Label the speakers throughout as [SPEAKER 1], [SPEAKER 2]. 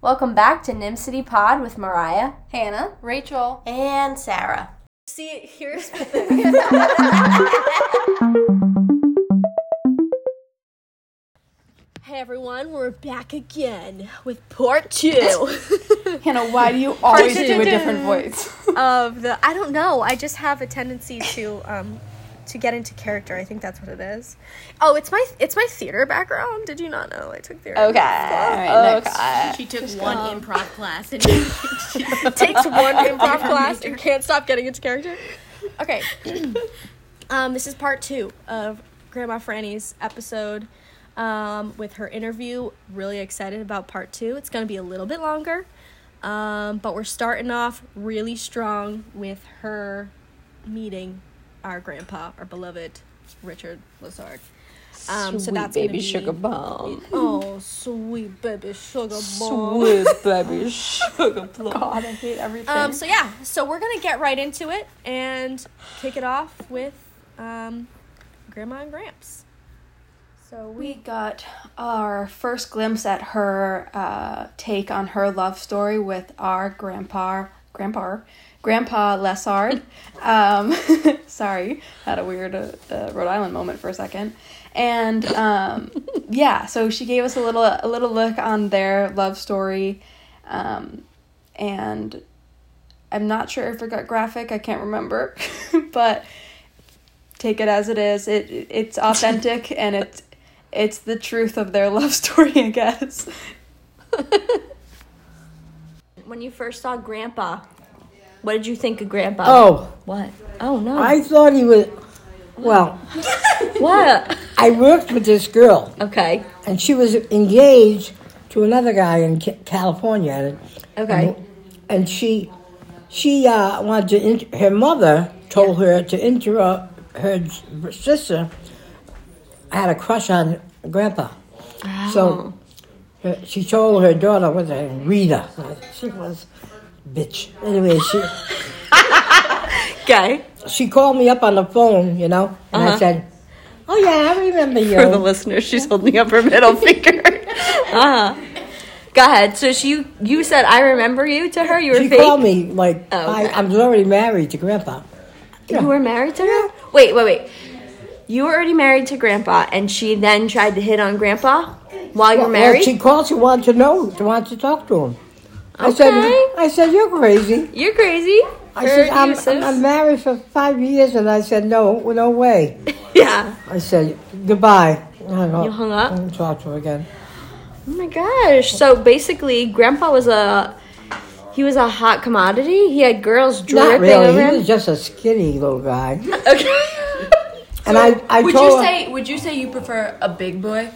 [SPEAKER 1] Welcome back to Nim City Pod with Mariah.
[SPEAKER 2] Hannah, Rachel.
[SPEAKER 3] And Sarah.
[SPEAKER 2] See, here's
[SPEAKER 4] Hey everyone, we're back again with part two
[SPEAKER 5] Hannah, why do you always do a different voice?
[SPEAKER 4] of the. I don't know. I just have a tendency to um, to get into character. I think that's what it is. Oh, it's my it's my theater background. Did you not know I took theater?
[SPEAKER 6] She took one improv class and
[SPEAKER 4] takes one improv class and can't stop getting into character. Okay. um, this is part two of Grandma Franny's episode um, with her interview. Really excited about part two. It's going to be a little bit longer, um, but we're starting off really strong with her meeting our grandpa, our beloved Richard Lazard. Um, so that's gonna
[SPEAKER 5] baby
[SPEAKER 4] be-
[SPEAKER 5] sugar
[SPEAKER 6] Um,
[SPEAKER 5] bomb.
[SPEAKER 4] Oh, sweet baby sugar bomb.
[SPEAKER 5] Sweet baby sugar plum. God, I hate everything.
[SPEAKER 4] Um, so yeah, so we're gonna get right into it and kick it off with um, Grandma and Gramps.
[SPEAKER 7] So we got our first glimpse at her uh, take on her love story with our grandpa, grandpa, grandpa Lessard. um, sorry, had a weird uh, uh, Rhode Island moment for a second. And um, yeah, so she gave us a little a little look on their love story, um, and I'm not sure if it got graphic. I can't remember, but take it as it is. It it's authentic and it's it's the truth of their love story, I guess.
[SPEAKER 3] When you first saw Grandpa, what did you think of Grandpa?
[SPEAKER 8] Oh,
[SPEAKER 3] What? Oh, no.
[SPEAKER 8] I thought he was. Well,
[SPEAKER 3] what?
[SPEAKER 8] I worked with this girl,
[SPEAKER 3] Okay.
[SPEAKER 8] and she was engaged to another guy in Ca- California, and,
[SPEAKER 6] Um,
[SPEAKER 3] Okay.
[SPEAKER 8] and she she uh, wanted to. In- her mother told her to interrupt her j- sister. Had a crush on Grandpa,
[SPEAKER 3] Oh.
[SPEAKER 8] so her, she told her daughter what her name, Rita. She was bitch. Anyway, she.
[SPEAKER 3] Okay. Uh-huh.
[SPEAKER 8] she called me up on the phone, you know, and I said, "Oh yeah, I remember you."
[SPEAKER 3] For the listener, she's holding up her middle finger. uh-huh. Go ahead. So she, you said, I remember you to her? You were
[SPEAKER 8] she
[SPEAKER 3] fake?
[SPEAKER 8] called me like
[SPEAKER 3] Oh,
[SPEAKER 8] I,
[SPEAKER 3] okay.
[SPEAKER 8] I was already married to Grandpa.
[SPEAKER 3] You were married to her? Wait, wait, wait. You were already married to Grandpa, and she then tried to hit on Grandpa while you're
[SPEAKER 8] Well,
[SPEAKER 3] married?
[SPEAKER 8] she called. She wanted to know. She wanted to talk to him. I said,
[SPEAKER 3] Okay.
[SPEAKER 8] "I said you're crazy."
[SPEAKER 3] You're crazy.
[SPEAKER 8] I said,
[SPEAKER 3] Heard
[SPEAKER 8] I'm,
[SPEAKER 3] you, sis.
[SPEAKER 8] I'm, "I'm married for five years," and I said, "No, no way."
[SPEAKER 3] yeah.
[SPEAKER 8] I said, "Goodbye." I hung up.
[SPEAKER 3] You hung up?
[SPEAKER 8] I didn't talk to her again.
[SPEAKER 3] Oh my gosh. So basically, Grandpa was a. He was a hot commodity. He had girls
[SPEAKER 8] Not
[SPEAKER 3] dripping
[SPEAKER 8] really.
[SPEAKER 3] over
[SPEAKER 8] He
[SPEAKER 3] him.
[SPEAKER 8] was just a skinny little guy,
[SPEAKER 3] Okay.
[SPEAKER 8] and I, I
[SPEAKER 6] would you
[SPEAKER 4] Oh.
[SPEAKER 8] told her-
[SPEAKER 6] say would you say you prefer a big boy?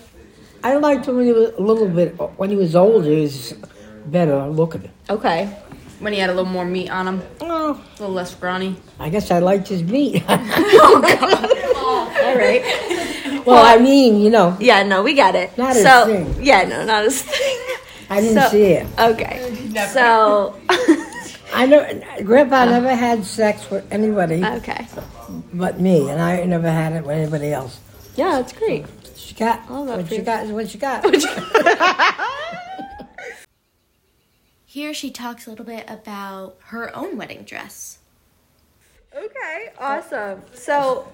[SPEAKER 8] I liked him when he was a little bit when he was older. He was better looking.
[SPEAKER 3] okay.
[SPEAKER 6] When he had a little more meat on him,
[SPEAKER 8] Oh,
[SPEAKER 6] a little less scrawny.
[SPEAKER 8] I guess I liked his meat.
[SPEAKER 3] Oh, All right.
[SPEAKER 8] well, I mean, you know,
[SPEAKER 3] Yeah. No, we got it.
[SPEAKER 8] Not his
[SPEAKER 3] so,
[SPEAKER 8] thing.
[SPEAKER 3] Yeah. No, not his thing.
[SPEAKER 8] I didn't
[SPEAKER 3] So-
[SPEAKER 8] see it.
[SPEAKER 3] Okay. So.
[SPEAKER 8] I know Grandpa never had sex with anybody
[SPEAKER 3] okay.
[SPEAKER 8] but me, and I never had it with anybody else.
[SPEAKER 3] Yeah, that's great.
[SPEAKER 8] She got
[SPEAKER 3] All about
[SPEAKER 8] what she
[SPEAKER 3] freedom.
[SPEAKER 8] got is what she got.
[SPEAKER 9] Here she talks a little bit about her own wedding dress.
[SPEAKER 3] Okay. Awesome. So,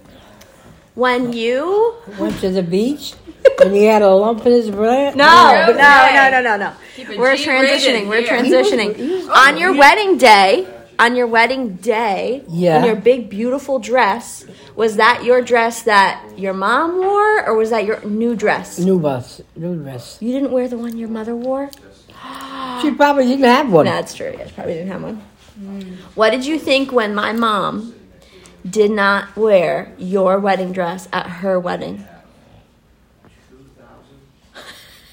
[SPEAKER 3] when you
[SPEAKER 8] Went to the beach, and he had a lump in his breast.
[SPEAKER 3] No, no, no, no, no, no.
[SPEAKER 6] it
[SPEAKER 3] We're
[SPEAKER 6] G-rated
[SPEAKER 3] transitioning. We're
[SPEAKER 6] here.
[SPEAKER 3] transitioning. On your wedding day, on your wedding day,
[SPEAKER 8] Yeah.
[SPEAKER 3] in your big beautiful dress, was that your dress that your mom wore, or was that your new dress?
[SPEAKER 8] New bus, new dress.
[SPEAKER 3] You didn't wear the one your mother wore.
[SPEAKER 8] She probably didn't have one.
[SPEAKER 3] Ah. No, that's true. Yeah, she probably didn't have one. What did you think when my mom did not wear your wedding dress at her wedding?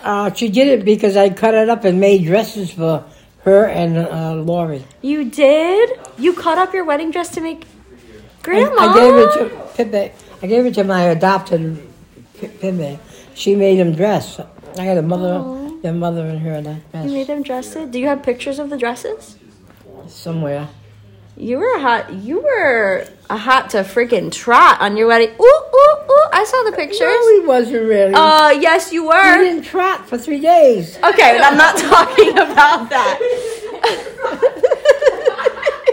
[SPEAKER 8] Uh, she did it because I cut it up and made dresses for her and uh, Lori.
[SPEAKER 3] You did. You cut up your wedding dress to make grandma.
[SPEAKER 8] I gave it to Pippe. I gave it to my adopted P- Pippe. She made him dress. I had a mother, your mother, and her in that
[SPEAKER 3] Oh. You made
[SPEAKER 8] dress
[SPEAKER 3] them dresses. Do you have pictures of the dresses?
[SPEAKER 8] somewhere.
[SPEAKER 3] You were hot. You were a hot to freaking trot on your wedding. Ooh, ooh, ooh! I saw the pictures.
[SPEAKER 8] No, he wasn't really.
[SPEAKER 3] Uh, yes, you
[SPEAKER 8] he
[SPEAKER 3] were.
[SPEAKER 8] didn't trot for three days.
[SPEAKER 3] Okay, but I'm not talking about that.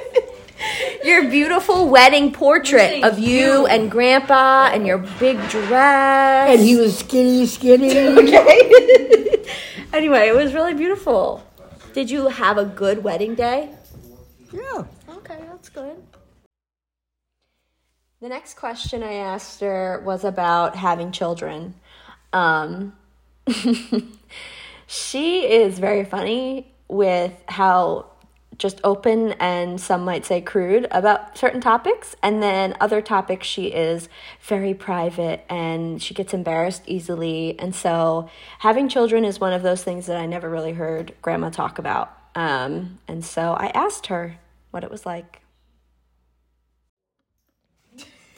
[SPEAKER 3] Your beautiful wedding portrait of you and grandpa and your big dress.
[SPEAKER 8] And he was skinny, skinny.
[SPEAKER 3] okay. anyway, it was really beautiful. Did you have a good wedding day?
[SPEAKER 8] Yeah.
[SPEAKER 3] Okay, that's good. The next question I asked her was about having children. Um, she is very funny with how just open and some might say crude about certain topics, and then other topics she is very private and she gets embarrassed easily. And so, having children is one of those things that I never really heard grandma talk about. Um, and so, I asked her what it was like.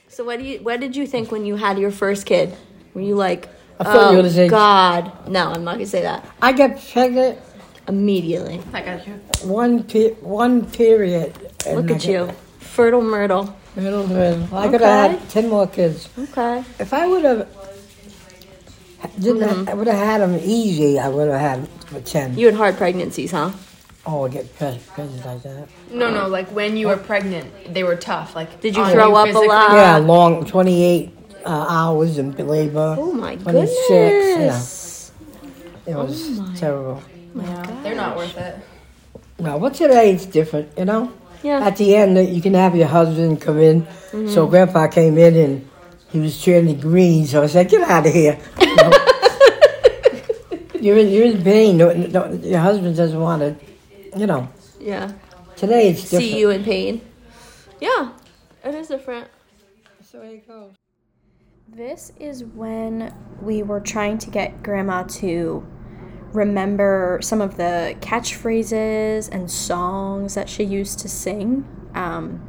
[SPEAKER 3] So what do you what did you think when you had your first kid? Were you like
[SPEAKER 8] I thought
[SPEAKER 3] oh,
[SPEAKER 8] you were gonna say-
[SPEAKER 3] God. No, I'm not gonna say that.
[SPEAKER 8] I got pregnant
[SPEAKER 3] Immediately.
[SPEAKER 10] I got you.
[SPEAKER 8] one pe- one period. and
[SPEAKER 3] Look
[SPEAKER 8] I
[SPEAKER 3] at
[SPEAKER 8] got-
[SPEAKER 3] you. Fertile myrtle.
[SPEAKER 8] Middle of it. I could have had ten more kids.
[SPEAKER 3] Okay.
[SPEAKER 8] If I would have didn't, I would have had them easy. I would have had with ten.
[SPEAKER 3] You had hard pregnancies, huh?
[SPEAKER 8] oh, I get pre- pregnant like that.
[SPEAKER 10] No, no, like when you were pregnant, they were tough. Like
[SPEAKER 3] Did you
[SPEAKER 10] on
[SPEAKER 3] throw up a
[SPEAKER 10] physically.
[SPEAKER 3] lot?
[SPEAKER 8] yeah, long twenty eight uh, hours in labor.
[SPEAKER 3] Oh my
[SPEAKER 8] 26,
[SPEAKER 3] goodness.
[SPEAKER 8] Yeah, it
[SPEAKER 3] Oh
[SPEAKER 8] was terrible.
[SPEAKER 10] They're not worth it.
[SPEAKER 8] Now, what's it age different? You know.
[SPEAKER 3] Yeah. Mm-hmm.
[SPEAKER 8] At the end, you can have your husband come in. So Grandpa came in and he was turning green. So I said, "Get out of here." You know? you're in you're in pain. No, no, your husband doesn't want to. You know.
[SPEAKER 3] Yeah.
[SPEAKER 8] Today it's different.
[SPEAKER 3] See you in pain. Yeah. It is different.
[SPEAKER 8] So it goes.
[SPEAKER 4] This is when we were trying to get grandma to remember some of the catchphrases and songs that she used to sing, um,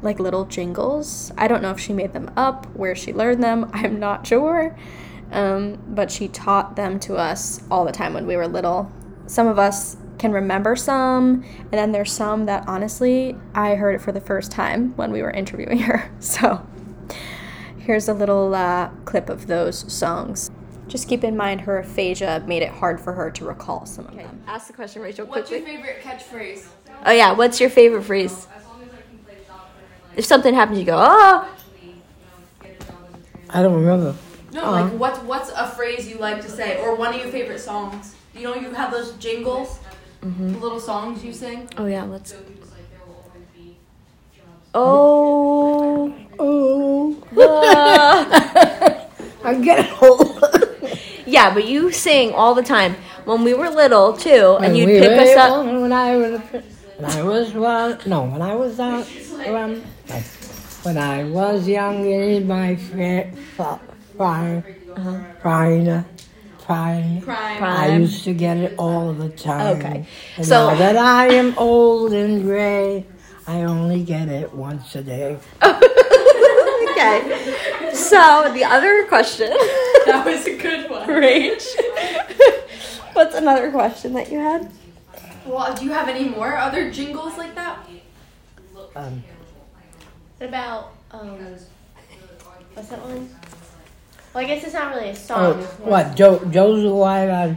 [SPEAKER 4] like little jingles. I don't know if she made them up, where she learned them, I'm not sure. Um, but she taught them to us all the time when we were little. Some of us can remember some, and then there's some that honestly, I heard it for the first time when we were interviewing her. So. Here's a little uh, clip of those songs. Just keep in mind her aphasia made it hard for her to recall some of them.
[SPEAKER 3] Ask the question, Rachel, quickly.
[SPEAKER 10] favorite catchphrase?
[SPEAKER 3] Oh yeah, what's your favorite phrase? If something happens, you go, oh,
[SPEAKER 8] I don't remember.
[SPEAKER 10] No,
[SPEAKER 8] Uh-huh.
[SPEAKER 10] like what's what's a phrase you like to say, or one of your favorite songs? You know, you have those jingles,
[SPEAKER 8] Mm-hmm.
[SPEAKER 10] the little songs you sing.
[SPEAKER 3] oh yeah, let's. Oh,
[SPEAKER 8] Oh,
[SPEAKER 3] uh.
[SPEAKER 8] I'm getting old.
[SPEAKER 3] yeah, but you sing all the time. When we were little too, and you'd
[SPEAKER 8] we
[SPEAKER 3] pick
[SPEAKER 8] were
[SPEAKER 3] us up.
[SPEAKER 8] young when I was when I was one. No, when I was uh, um, when I was young in my fr- fr- prime,
[SPEAKER 3] Uh-huh.
[SPEAKER 8] prime, prime, I used to get it all the time.
[SPEAKER 3] Okay.
[SPEAKER 8] And
[SPEAKER 3] So-
[SPEAKER 8] now that I am old and gray, I only get it once a day.
[SPEAKER 3] Oh, okay. So the other question. That was a good one. Rach. What's another question that you had?
[SPEAKER 10] Well, do you have any more other jingles like that?
[SPEAKER 8] Um,
[SPEAKER 9] What about um? What's that one? Well, I guess it's not really a
[SPEAKER 8] oh,
[SPEAKER 9] song. it's more-
[SPEAKER 8] what? Jo- those who ride on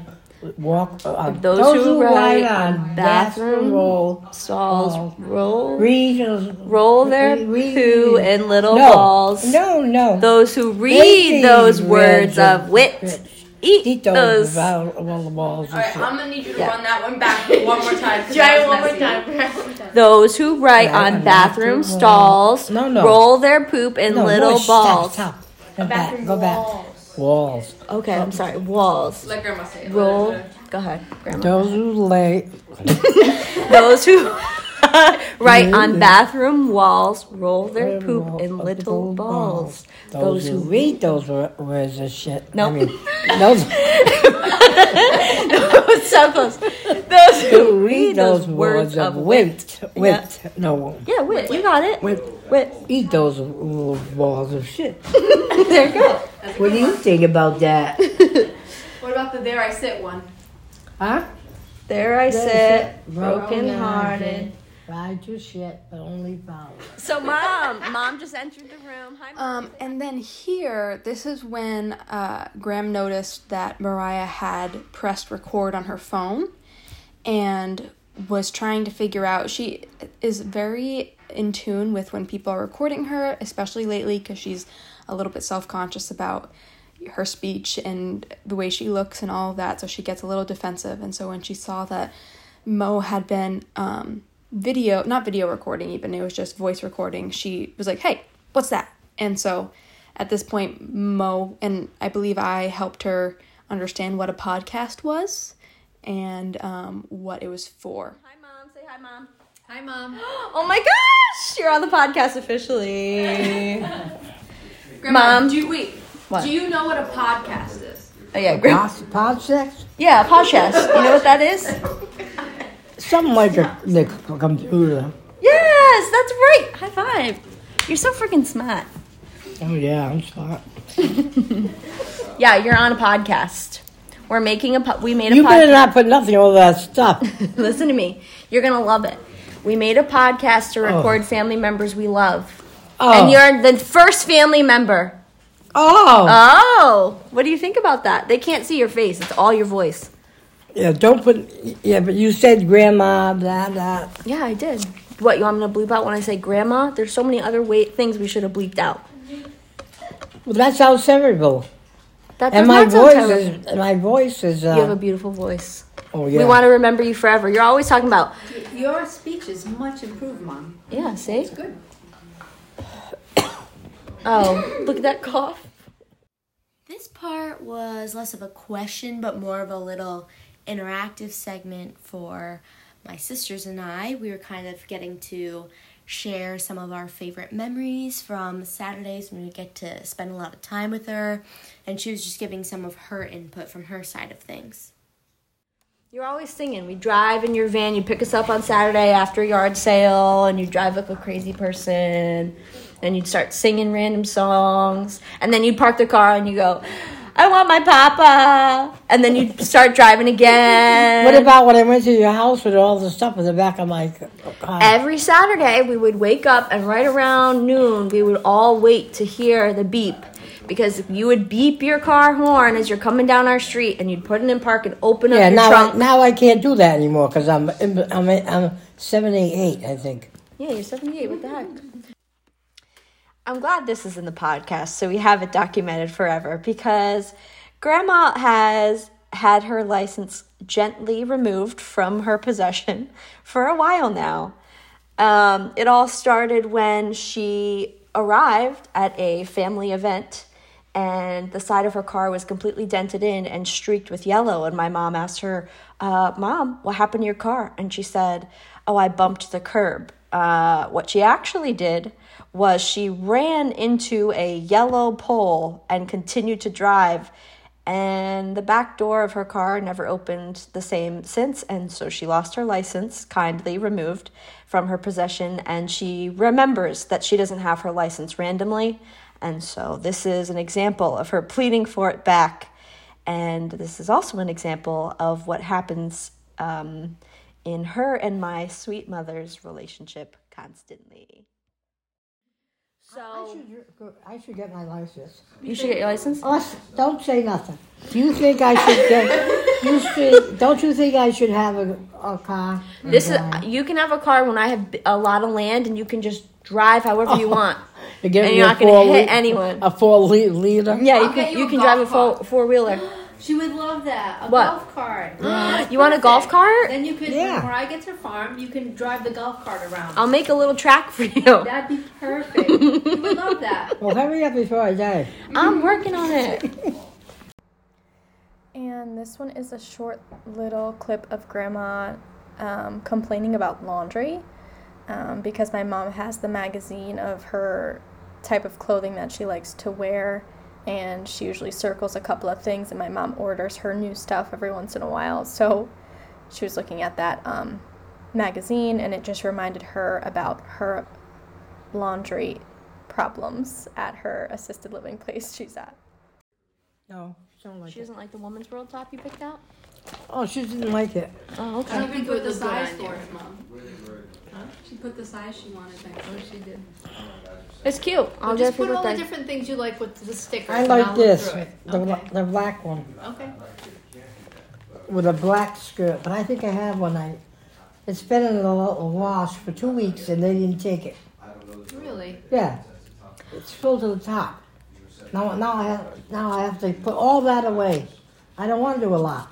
[SPEAKER 8] walk. Uh,
[SPEAKER 3] Those who ride on bathroom
[SPEAKER 8] roll.
[SPEAKER 3] Stalls
[SPEAKER 8] Oh.
[SPEAKER 3] roll.
[SPEAKER 8] Read
[SPEAKER 3] Roll their
[SPEAKER 8] Re- read-
[SPEAKER 3] poo in little
[SPEAKER 8] no,
[SPEAKER 3] balls.
[SPEAKER 8] No, no.
[SPEAKER 3] Those who
[SPEAKER 8] They
[SPEAKER 3] read those
[SPEAKER 8] read
[SPEAKER 3] words
[SPEAKER 8] them.
[SPEAKER 3] of wit eat,
[SPEAKER 8] Eat those
[SPEAKER 3] those.
[SPEAKER 8] val- roll balls.
[SPEAKER 10] All
[SPEAKER 8] and
[SPEAKER 10] right,
[SPEAKER 8] shit.
[SPEAKER 10] I'm gonna need you to run that one back one more time. 'cause
[SPEAKER 9] Try
[SPEAKER 10] that
[SPEAKER 9] it one
[SPEAKER 10] was
[SPEAKER 9] more
[SPEAKER 10] messy.
[SPEAKER 9] time.
[SPEAKER 3] Those who write
[SPEAKER 8] Yeah,
[SPEAKER 3] on
[SPEAKER 8] I'm
[SPEAKER 3] bathroom
[SPEAKER 8] not doing-
[SPEAKER 3] stalls
[SPEAKER 8] No, no.
[SPEAKER 3] roll their poop in
[SPEAKER 8] No,
[SPEAKER 3] little
[SPEAKER 8] boy, stop,
[SPEAKER 3] balls.
[SPEAKER 8] Stop, Go back. Go back. Walls.
[SPEAKER 3] Okay, I'm sorry. Walls.
[SPEAKER 10] Let grandma say it.
[SPEAKER 3] Roll. Go ahead, Grandma.
[SPEAKER 8] Those who lay.
[SPEAKER 3] Those who write on bathroom walls roll their poop in little balls.
[SPEAKER 8] Those
[SPEAKER 3] Those
[SPEAKER 8] who
[SPEAKER 3] who
[SPEAKER 8] read those wor- words of shit.
[SPEAKER 3] No.
[SPEAKER 8] I mean, those
[SPEAKER 3] so close. Those
[SPEAKER 8] who read those words of wit.
[SPEAKER 3] Yeah.
[SPEAKER 8] Wit. No.
[SPEAKER 3] Yeah, wit. You got it.
[SPEAKER 8] Wit.
[SPEAKER 3] Wit.
[SPEAKER 8] Eat those little balls of shit.
[SPEAKER 3] There you go.
[SPEAKER 8] What do you think about that?
[SPEAKER 10] What about the there I sit one?
[SPEAKER 8] Huh?
[SPEAKER 3] There I
[SPEAKER 8] There I
[SPEAKER 3] sit,
[SPEAKER 8] sit,
[SPEAKER 3] broken hearted.
[SPEAKER 8] Tried to shit, but only vowels.
[SPEAKER 11] So mom, mom just entered the room. Hi, mom.
[SPEAKER 7] Um, and then here, this is when uh, Graham noticed that Mariah had pressed record on her phone and was trying to figure out. She is very in tune with when people are recording her, especially lately because she's a little bit self conscious about her speech and the way she looks and all of that. So she gets a little defensive. And so when she saw that Mo had been um, video, not video recording even, it was just voice recording, she was like, hey, what's that? And so at this point, Mo and I believe I helped her understand what a podcast was and um, what it was for.
[SPEAKER 11] Hi, mom. Say hi, mom.
[SPEAKER 10] Hi, mom.
[SPEAKER 3] Oh my gosh, you're on the podcast officially.
[SPEAKER 10] Grandma,
[SPEAKER 3] Mom.
[SPEAKER 10] do you, wait.
[SPEAKER 3] What?
[SPEAKER 10] Do you know what a podcast is?
[SPEAKER 3] Oh yeah, Graham.
[SPEAKER 8] Pod, pod sex?
[SPEAKER 3] Yeah, podcast. You know what that is?
[SPEAKER 8] Something like a, the c- computer.
[SPEAKER 3] Yes, that's right. High five. You're so freaking smart.
[SPEAKER 8] Oh, yeah, I'm smart.
[SPEAKER 3] Yeah, you're on a podcast. We're making a po- we made a
[SPEAKER 8] You
[SPEAKER 3] podcast.
[SPEAKER 8] better not put nothing over that stuff.
[SPEAKER 3] Listen to me. You're gonna love it. We made a podcast to record family members we love, and
[SPEAKER 8] Oh.
[SPEAKER 3] you're the first family member.
[SPEAKER 8] oh.
[SPEAKER 3] Oh, what do you think about that? They can't see your face. It's all your voice.
[SPEAKER 8] yeah, don't put. Yeah, but you said grandma, blah, blah.
[SPEAKER 3] Yeah, I did. What you want me to bleep out when I say grandma? There's so many other way- things we should have bleeped out.
[SPEAKER 8] Well, that sounds terrible.
[SPEAKER 3] That does
[SPEAKER 8] And my
[SPEAKER 3] not sound
[SPEAKER 8] voice
[SPEAKER 3] terrible.
[SPEAKER 8] is. and My voice is. Uh,
[SPEAKER 3] You have a beautiful voice.
[SPEAKER 8] oh, yeah.
[SPEAKER 3] We want to remember you forever. You're always talking about.
[SPEAKER 12] Your speech is much improved, Mom.
[SPEAKER 3] Yeah, see.
[SPEAKER 12] Good.
[SPEAKER 3] Oh, look at that cough.
[SPEAKER 9] This part was less of a question, but more of a little interactive segment for my sisters and I. We were kind of getting to share some of our favorite memories from Saturdays when we get to spend a lot of time with her, and she was just giving some of her input from her side of things.
[SPEAKER 3] You're always singing. We drive in your van. You pick us up on Saturday after yard sale, and you drive like a crazy person. And you'd start singing random songs, and then you'd park the car and you go, "I want my papa," and then you'd start driving again.
[SPEAKER 8] What about when I went to your house with all the stuff in the back of my c- car?
[SPEAKER 3] Every Saturday, we would wake up, and right around noon, we would all wait to hear the beep because you would beep your car horn as you're coming down our street, and you'd put it in park and open up
[SPEAKER 8] yeah,
[SPEAKER 3] your
[SPEAKER 8] now
[SPEAKER 3] trunk.
[SPEAKER 8] I, now I can't do that anymore because I'm in- I'm I'm seventy eight, I think.
[SPEAKER 3] Yeah, you're 78. What the heck? I'm glad this is in the podcast so we have it documented forever because Grandma has had her license gently removed from her possession for a while now. Um, it all started when she arrived at a family event and the side of her car was completely dented in and streaked with yellow. And my mom asked her, uh, Mom, what happened to your car? And she said, Oh, I bumped the curb. Uh, what she actually did was she ran into a yellow pole and continued to drive. And the back door of her car never opened the same since. And so she lost her license, kindly removed from her possession. And she remembers that she doesn't have her license randomly. And so this is an example of her pleading for it back. And this is also an example of what happens um, in her and my sweet mother's relationship constantly. So
[SPEAKER 8] I should get my license.
[SPEAKER 3] you should get your license.
[SPEAKER 8] Us, don't say nothing. Do you think I should get? you should, don't you think I should have a, a car? and
[SPEAKER 3] This is
[SPEAKER 8] drive?
[SPEAKER 3] you can have a car when I have b- a lot of land, and you can just drive however you want.
[SPEAKER 8] To get
[SPEAKER 3] and
[SPEAKER 8] Oh. me
[SPEAKER 3] you're
[SPEAKER 8] a
[SPEAKER 3] not gonna
[SPEAKER 8] four
[SPEAKER 3] hit
[SPEAKER 8] le-
[SPEAKER 3] anyone.
[SPEAKER 8] A four le- leader.
[SPEAKER 3] Yeah, you
[SPEAKER 10] I'll get
[SPEAKER 3] can
[SPEAKER 10] you
[SPEAKER 3] you
[SPEAKER 10] a
[SPEAKER 3] can drive a
[SPEAKER 10] golf cart.
[SPEAKER 3] four four wheeler.
[SPEAKER 12] She would love that. A
[SPEAKER 3] What?
[SPEAKER 12] golf cart.
[SPEAKER 3] You want a golf cart?
[SPEAKER 12] Then you could,
[SPEAKER 8] Yeah.
[SPEAKER 12] when Mariah gets her farm, you can drive the golf cart around.
[SPEAKER 3] I'll make a little track for you.
[SPEAKER 12] That'd be perfect. you would love that.
[SPEAKER 8] Well, hurry up before I die.
[SPEAKER 3] I'm working on it.
[SPEAKER 13] And this one is a short little clip of grandma um, complaining about laundry um, because my mom has the magazine of her type of clothing that she likes to wear. And she usually circles a couple of things, and my mom orders her new stuff every once in a while. So she was looking at that um, magazine, and it just reminded her about her laundry problems at her assisted living place she's at.
[SPEAKER 8] No, don't like
[SPEAKER 3] She
[SPEAKER 8] it.
[SPEAKER 3] doesn't like the woman's world top you picked out.
[SPEAKER 8] Oh, she didn't like it.
[SPEAKER 3] Oh, okay.
[SPEAKER 10] I don't even go with the size for it, mom. She put the size she wanted next to it. She did.
[SPEAKER 11] It's cute.
[SPEAKER 10] Well, just put all the different things you like with the stickers.
[SPEAKER 8] I
[SPEAKER 10] and I'll
[SPEAKER 8] like
[SPEAKER 10] look
[SPEAKER 8] this,
[SPEAKER 10] through it.
[SPEAKER 8] the, bla- the black one
[SPEAKER 10] Okay.
[SPEAKER 8] with a black skirt, but I think I have one. I it's been in the wa- wash for two weeks and they didn't take it.
[SPEAKER 10] Really?
[SPEAKER 8] Yeah, it's full to the top. Now, now I have, now I have to put all that away. I don't want to do a lot.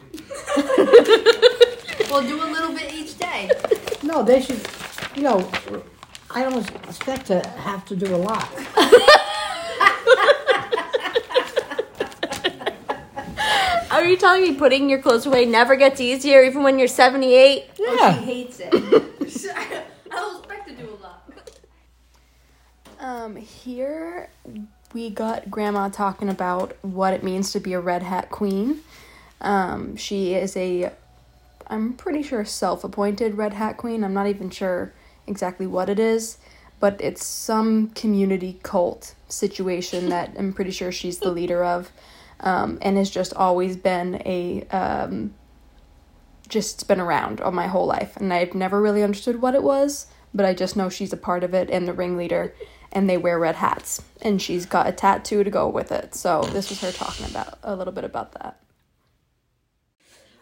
[SPEAKER 10] Well, do a little bit each day.
[SPEAKER 8] No, they should. You know, I don't expect to have to do a lot.
[SPEAKER 3] Are you telling me putting your clothes away never gets easier, even when you're 78?
[SPEAKER 8] Yeah.
[SPEAKER 12] She hates it. I don't expect to do a lot.
[SPEAKER 7] Um, here we got Grandma talking about what it means to be a red hat queen. Um, she is a, I'm pretty sure, self appointed red hat queen. I'm not even sure exactly what it is, but it's some community cult situation that I'm pretty sure she's the leader of, um, and has just always been a, um, just been around all my whole life and I've never really understood what it was, but I just know she's a part of it and the ringleader and they wear red hats and she's got a tattoo to go with it. So this was her talking about a little bit about that.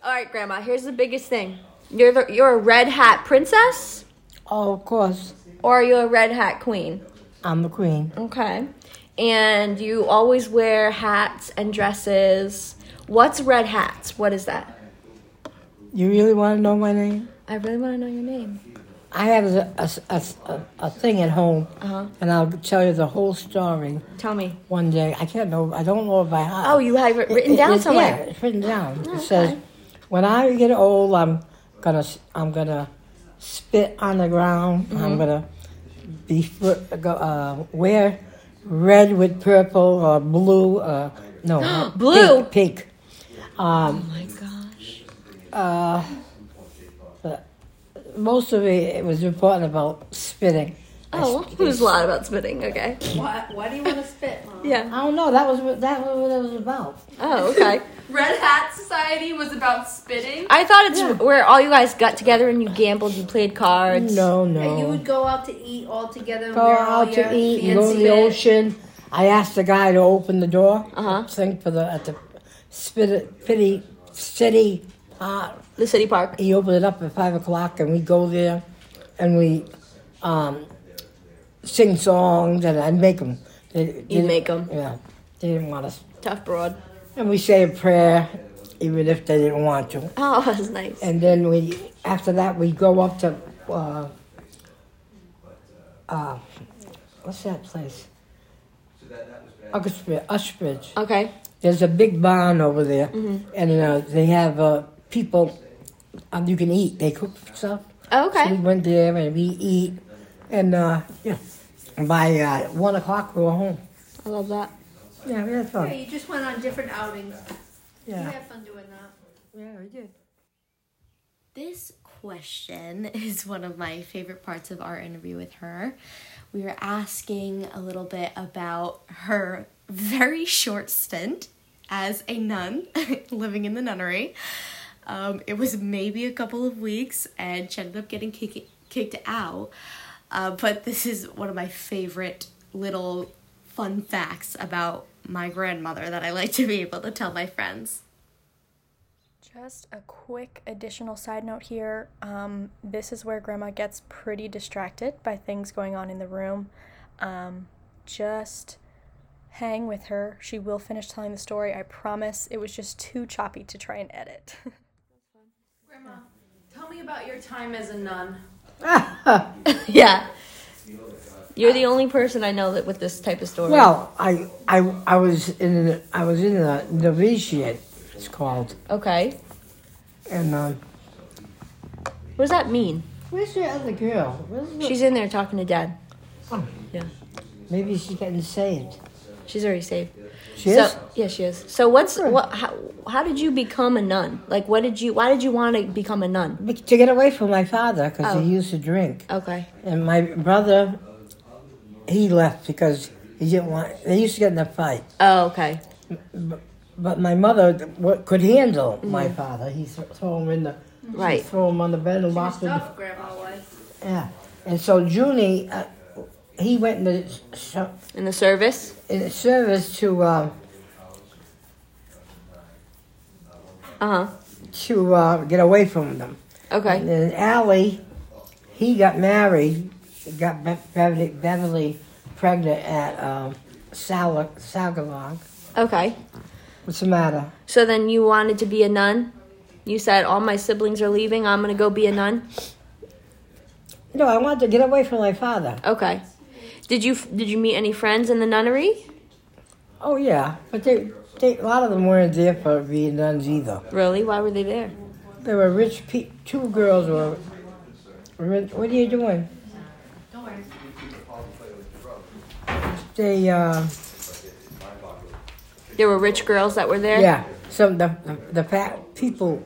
[SPEAKER 3] All right, Grandma. Here's the biggest thing. You're the, you're a red hat princess,
[SPEAKER 8] Oh, of course,
[SPEAKER 3] or are you a red hat queen?
[SPEAKER 8] I'm the queen.
[SPEAKER 3] Okay. And you always wear hats and dresses. What's red hats? What is that?
[SPEAKER 8] You really want to know my name?
[SPEAKER 3] I really want to know your name.
[SPEAKER 8] I have a, a, a- a- a thing at home,
[SPEAKER 3] Uh-huh.
[SPEAKER 8] and I'll tell you the whole story
[SPEAKER 3] Tell me.
[SPEAKER 8] one day. I can't know. I don't know by heart.
[SPEAKER 3] Oh, you have it
[SPEAKER 8] It-
[SPEAKER 3] written
[SPEAKER 8] it-
[SPEAKER 3] down
[SPEAKER 8] it- Yeah,
[SPEAKER 3] somewhere. Oh,
[SPEAKER 8] it's written down. It says, "When I get old, I'm gonna s- I'm gonna spit on the ground.
[SPEAKER 3] Mm-hmm.
[SPEAKER 8] I'm gonna be fl- go, uh, wear red with purple or blue. Uh, no, not
[SPEAKER 3] Blue.
[SPEAKER 8] pink. pink.
[SPEAKER 3] Oh
[SPEAKER 8] Um,
[SPEAKER 3] my gosh.
[SPEAKER 8] uh, but most of it, it was important about spitting. I
[SPEAKER 3] Oh,
[SPEAKER 8] sp-
[SPEAKER 3] it was a lot about spitting. Okay.
[SPEAKER 12] Why, why do you want to spit, Mom?
[SPEAKER 3] Yeah.
[SPEAKER 8] I don't know. That was what, that was what it was about.
[SPEAKER 3] Oh, okay.
[SPEAKER 10] Red Hat Society was about spitting.
[SPEAKER 3] I thought it's where all you guys got together and you gambled, you played cards.
[SPEAKER 8] No,
[SPEAKER 12] And you
[SPEAKER 8] no.
[SPEAKER 12] would go out to eat all together. and
[SPEAKER 8] Go
[SPEAKER 12] wear all
[SPEAKER 8] out
[SPEAKER 12] your
[SPEAKER 8] to eat and go to the
[SPEAKER 12] fancy-
[SPEAKER 8] ocean. I asked the guy to open the door.
[SPEAKER 3] Uh-huh.
[SPEAKER 8] Thing for the at the spit pity city. Uh,
[SPEAKER 3] The city park.
[SPEAKER 8] he opened it up at five o'clock, and we go there, and we um, sing songs, and I make them.
[SPEAKER 3] You make 'em.
[SPEAKER 8] Yeah, they didn't want us,
[SPEAKER 3] Tough broad.
[SPEAKER 8] and we say a prayer, even if they didn't want to.
[SPEAKER 3] Oh, that was nice.
[SPEAKER 8] And then we, after that, we go up to, uh, uh, what's that place? Uxbridge, Uxbridge.
[SPEAKER 3] Okay.
[SPEAKER 8] There's a big barn over there, and uh, they have uh, people. Um, you can eat. They cook stuff. So we
[SPEAKER 3] Oh, Okay.
[SPEAKER 8] went there and we eat, and uh, yeah, by uh, one o'clock we were home.
[SPEAKER 3] I love that.
[SPEAKER 8] Yeah, we had
[SPEAKER 12] Yeah,
[SPEAKER 8] fun.
[SPEAKER 12] you just went on different outings. You
[SPEAKER 8] Yeah,
[SPEAKER 12] had fun doing that.
[SPEAKER 8] yeah, we did.
[SPEAKER 9] This question is one of my favorite parts of our interview with her. We were asking a little bit about her very short stint as a nun living in the nunnery. Um, it was maybe a couple of weeks, and she ended up getting kick- kicked out. Uh, but this is one of my favorite little fun facts about my grandmother that I like to be able to tell my friends.
[SPEAKER 13] Just a quick additional side note here. Um, this is where Grandma gets pretty distracted by things going on in the room. Um, just hang with her. She will finish telling the story, I promise. It was just too choppy to try and edit.
[SPEAKER 10] Grandma, tell me about your time as a nun.
[SPEAKER 3] Yeah. You're the only person I know that with this type of story.
[SPEAKER 8] Well, I, I, I was in the, I was in the novitiate. It's called.
[SPEAKER 3] Okay.
[SPEAKER 8] And um,
[SPEAKER 3] What does that mean?
[SPEAKER 8] where's the other girl? Where's the,
[SPEAKER 3] She's in there talking to Dad.
[SPEAKER 8] maybe she's getting saved.
[SPEAKER 3] She's already saved.
[SPEAKER 8] She
[SPEAKER 3] so,
[SPEAKER 8] is.
[SPEAKER 3] Yeah, she is. So what's what? How, how did you become a nun? Like, what did you? Why did you want to become a nun?
[SPEAKER 8] But To get away from my father because
[SPEAKER 3] Oh.
[SPEAKER 8] he used to drink,
[SPEAKER 3] Okay.
[SPEAKER 8] and my brother, he left because he didn't want. They used to get in a fight,
[SPEAKER 3] Oh, okay.
[SPEAKER 8] but my mother w- could handle my father. He th- throw him in the
[SPEAKER 3] Mm. Right.
[SPEAKER 8] throw him on the bed and locked him.
[SPEAKER 12] Grandma was.
[SPEAKER 8] Yeah, And so Junie, uh, he went in the so,
[SPEAKER 3] in the service.
[SPEAKER 8] In the service to uh
[SPEAKER 3] huh
[SPEAKER 8] to uh, get away from them.
[SPEAKER 3] Uh-huh. Okay.
[SPEAKER 8] And then Allie, he got married, got Be- Beverly, Beverly pregnant at um, Sal- Sagalog.
[SPEAKER 3] Okay.
[SPEAKER 8] What's the matter?
[SPEAKER 3] So then you wanted to be a nun? You said all my siblings are leaving. I'm gonna go be a nun.
[SPEAKER 8] No, I wanted to get away from my father.
[SPEAKER 3] Okay. Did you did you meet any friends in the nunnery?
[SPEAKER 8] Oh yeah, but they, they a lot of them weren't there for being nuns either.
[SPEAKER 3] Really? Why were they there?
[SPEAKER 8] They were rich. Pe- two girls were rich. What are you doing?
[SPEAKER 10] Don't worry.
[SPEAKER 8] They uh,
[SPEAKER 3] There were rich girls that were there.
[SPEAKER 8] yeah. Some the the, the fa- people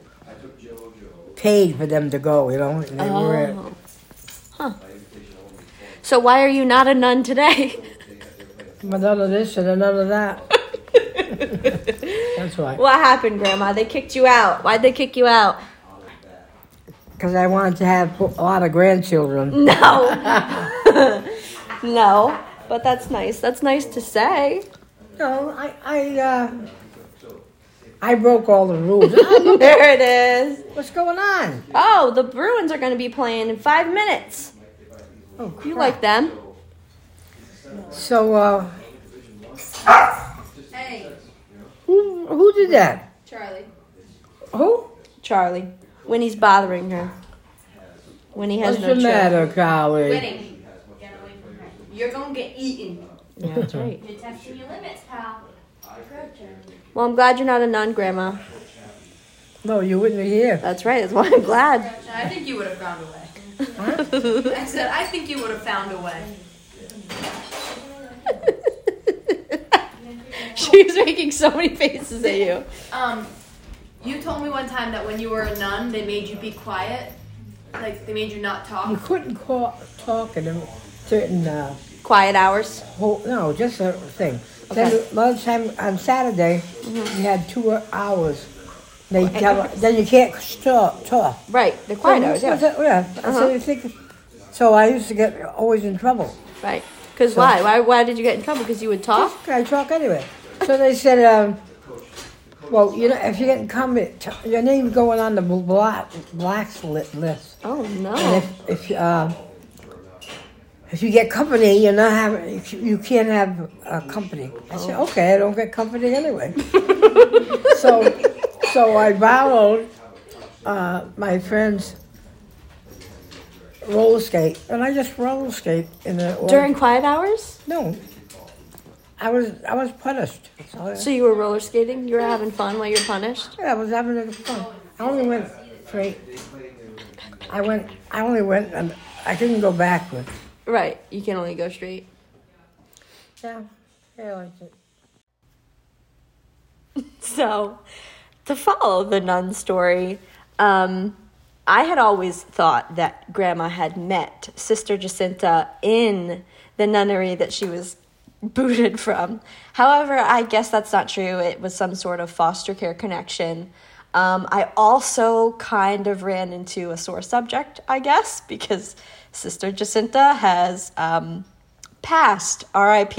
[SPEAKER 8] paid for them to go. You know, and they were
[SPEAKER 3] Oh. Huh. So why are you not a nun today?
[SPEAKER 8] another this and another that. That's why.
[SPEAKER 3] what happened, Grandma? They kicked you out. Why'd they kick you out?
[SPEAKER 8] Because I wanted to have a lot of
[SPEAKER 3] Mm.
[SPEAKER 8] grandchildren.
[SPEAKER 3] No. no. But that's nice. That's nice to say.
[SPEAKER 8] No, I I uh, I broke all the rules.
[SPEAKER 3] there it is.
[SPEAKER 8] What's going on?
[SPEAKER 3] Oh, the Bruins are going to be playing in five minutes.
[SPEAKER 8] Oh,
[SPEAKER 3] You like them?
[SPEAKER 8] So uh,
[SPEAKER 10] Hey,
[SPEAKER 8] who who did that?
[SPEAKER 10] Charlie.
[SPEAKER 8] Who?
[SPEAKER 3] Charlie. Winnie's bothering her. Winnie has
[SPEAKER 8] What's
[SPEAKER 3] no
[SPEAKER 8] the
[SPEAKER 3] children.
[SPEAKER 8] matter, Charlie?
[SPEAKER 10] Winning. You're gonna get eaten.
[SPEAKER 3] Yeah, that's right.
[SPEAKER 12] You're testing your limits, pal.
[SPEAKER 3] Well, I'm glad you're not a nun, Grandma.
[SPEAKER 8] No, you wouldn't be here.
[SPEAKER 3] That's right. That's why I'm glad.
[SPEAKER 10] I think you would have found a way. I said, I think you would have found a way.
[SPEAKER 3] She's making so many faces at you.
[SPEAKER 10] Um, you told me one time that when you were a nun, they made you be quiet. Like, they made you not
[SPEAKER 8] You
[SPEAKER 10] talk.
[SPEAKER 8] couldn't call, talk at a certain uh,
[SPEAKER 3] Quiet hours.
[SPEAKER 8] whole, no, just a thing. Then lunchtime on Saturday, you had two hours. They tell, then you can't talk. talk.
[SPEAKER 3] Right. The quiet hours.
[SPEAKER 8] What's
[SPEAKER 3] Yeah.
[SPEAKER 8] that- yeah. So you think. So I used to get always in trouble.
[SPEAKER 3] Right. Because why? Why? Why did you get in trouble? Because you would talk.
[SPEAKER 8] I talk anyway. So they said, um, well, you know, if you didn't come, it, your name's going on the black blacks lit list.
[SPEAKER 3] Oh
[SPEAKER 8] And
[SPEAKER 3] no.
[SPEAKER 8] if if uh, if you get company, you're not having if you you can't have uh, company. I said,
[SPEAKER 3] Oh.
[SPEAKER 8] okay, I don't get company anyway. so so I borrowed uh, my friend's roller skate, and I just roller skate in the
[SPEAKER 3] During quiet hours.
[SPEAKER 8] no. I was I was punished. So
[SPEAKER 3] So you were roller skating. You were having fun while you're punished.
[SPEAKER 8] I was having a good fun. I only went straight. I went. I only went. And I couldn't go backwards.
[SPEAKER 3] Right. You can only go straight.
[SPEAKER 8] Yeah, I liked it.
[SPEAKER 3] So, to follow the nun story, um, I had always thought that Grandma had met Sister Jacinta in the nunnery that she was booted from. However, I guess that's not true. It was some sort of foster care connection. Um, I also kind of ran into a sore subject, I guess, because Sister Jacinta has. Um, passed RIP,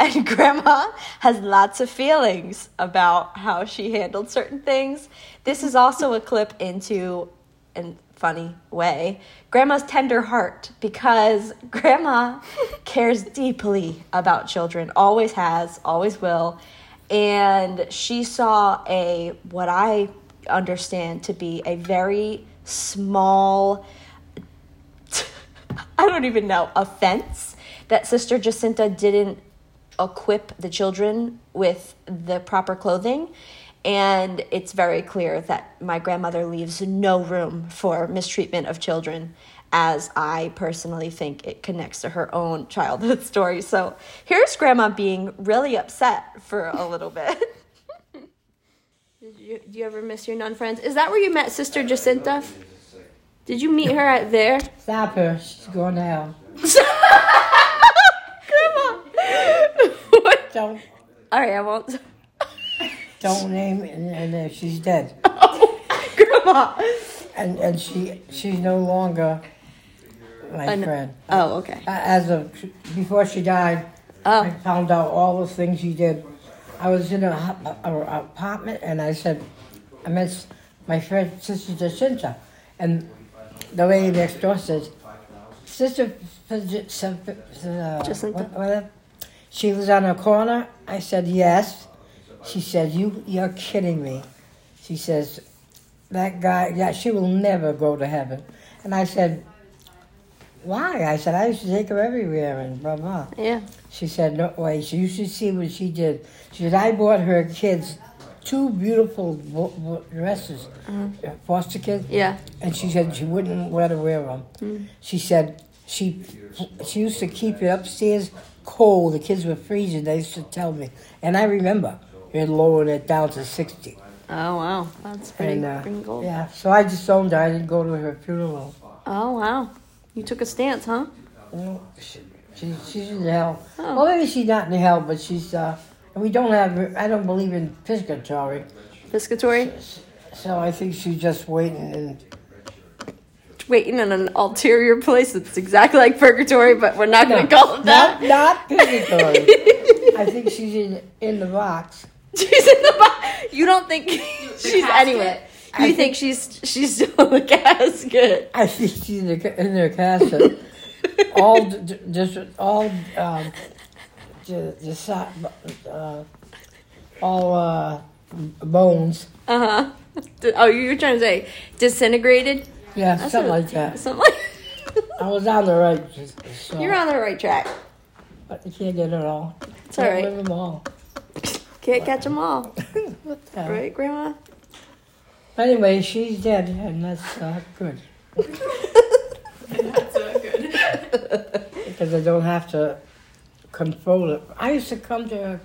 [SPEAKER 3] and grandma has lots of feelings about how she handled certain things. This is also a clip into a funny way grandma's tender heart because grandma cares deeply about children, always has, always will. And she saw a what I understand to be a very small I don't even know, offense that Sister Jacinta didn't equip the children with the proper clothing. And it's very clear that my grandmother leaves no room for mistreatment of children, as I personally think it connects to her own childhood story. So here's grandma being really upset for a little bit. Did you, do you ever miss your nun friends? Is that where you met Sister Jacinta? Did you meet her at there?
[SPEAKER 8] Stop her. She's going to hell.
[SPEAKER 3] What?
[SPEAKER 8] Don't
[SPEAKER 3] All right, I won't.
[SPEAKER 8] don't name it, and, and uh, she's dead.
[SPEAKER 3] Grandma.
[SPEAKER 8] And and she she's no longer my
[SPEAKER 3] An-
[SPEAKER 8] friend.
[SPEAKER 3] Oh, okay. Oh.
[SPEAKER 8] A- As of before she died, I found out all the things she did. I was in a, ho- a- a- apartment and I said, I miss my friend Sister Jacinta. And the lady next door says, Sister Faj- Sa- uh,
[SPEAKER 3] Jacinta.
[SPEAKER 8] what- what- she was on a corner. I said, Yes. She said, "You you're kidding me." She says, "That guy, yeah, she will never go to heaven." And I said, "Why?" I said, "I used to take her everywhere and blah blah."
[SPEAKER 3] Yeah.
[SPEAKER 8] She said, "No way." She used to see what she did. She said, "I bought her kids two beautiful bo- bo- dresses, uh, foster kids."
[SPEAKER 3] Mm-hmm. Yeah.
[SPEAKER 8] And she said she wouldn't let her wear them.
[SPEAKER 3] Mm.
[SPEAKER 8] She said she she used to keep it upstairs cold. The kids were freezing. They used to tell me, and I remember it lowered it down to sixty.
[SPEAKER 3] Oh wow, that's pretty
[SPEAKER 8] And, uh,
[SPEAKER 3] freaking cool.
[SPEAKER 8] Yeah, so I just owned her. I didn't go to her funeral.
[SPEAKER 3] Oh wow, you took a stance, huh?
[SPEAKER 8] No, she, she, she's in hell.
[SPEAKER 3] Oh.
[SPEAKER 8] Well, maybe she's not in hell, but she's. Uh, we don't have. I don't believe in purgatory,
[SPEAKER 3] Piscatory,
[SPEAKER 8] so I think she's just waiting. And
[SPEAKER 3] waiting in an ulterior place. It's exactly like purgatory, but we're not gonna call it that.
[SPEAKER 8] Not, not purgatory. I think she's in in the box.
[SPEAKER 3] She's in the box. You don't think she's
[SPEAKER 10] casket?
[SPEAKER 3] anyway. You think, she's she's still in the casket?
[SPEAKER 8] I think she's in, the, ca- in their casket. all d- d- just all um, d- deci- uh, all uh, bones.
[SPEAKER 3] Uh huh. Oh, you were trying to say disintegrated?
[SPEAKER 8] Yeah,
[SPEAKER 3] That's
[SPEAKER 8] something
[SPEAKER 3] what-
[SPEAKER 8] like that.
[SPEAKER 3] Something like
[SPEAKER 8] I was on the right. So
[SPEAKER 3] you're on the right track.
[SPEAKER 8] But you can't get it all.
[SPEAKER 3] It's all
[SPEAKER 8] Can't
[SPEAKER 3] right.
[SPEAKER 8] live them all.
[SPEAKER 3] Can't catch them all,
[SPEAKER 8] What the hell?
[SPEAKER 3] right, Grandma?
[SPEAKER 8] Anyway, she's dead, and that's not good
[SPEAKER 10] That's not good.
[SPEAKER 8] because I don't have to control it. I used to come to her,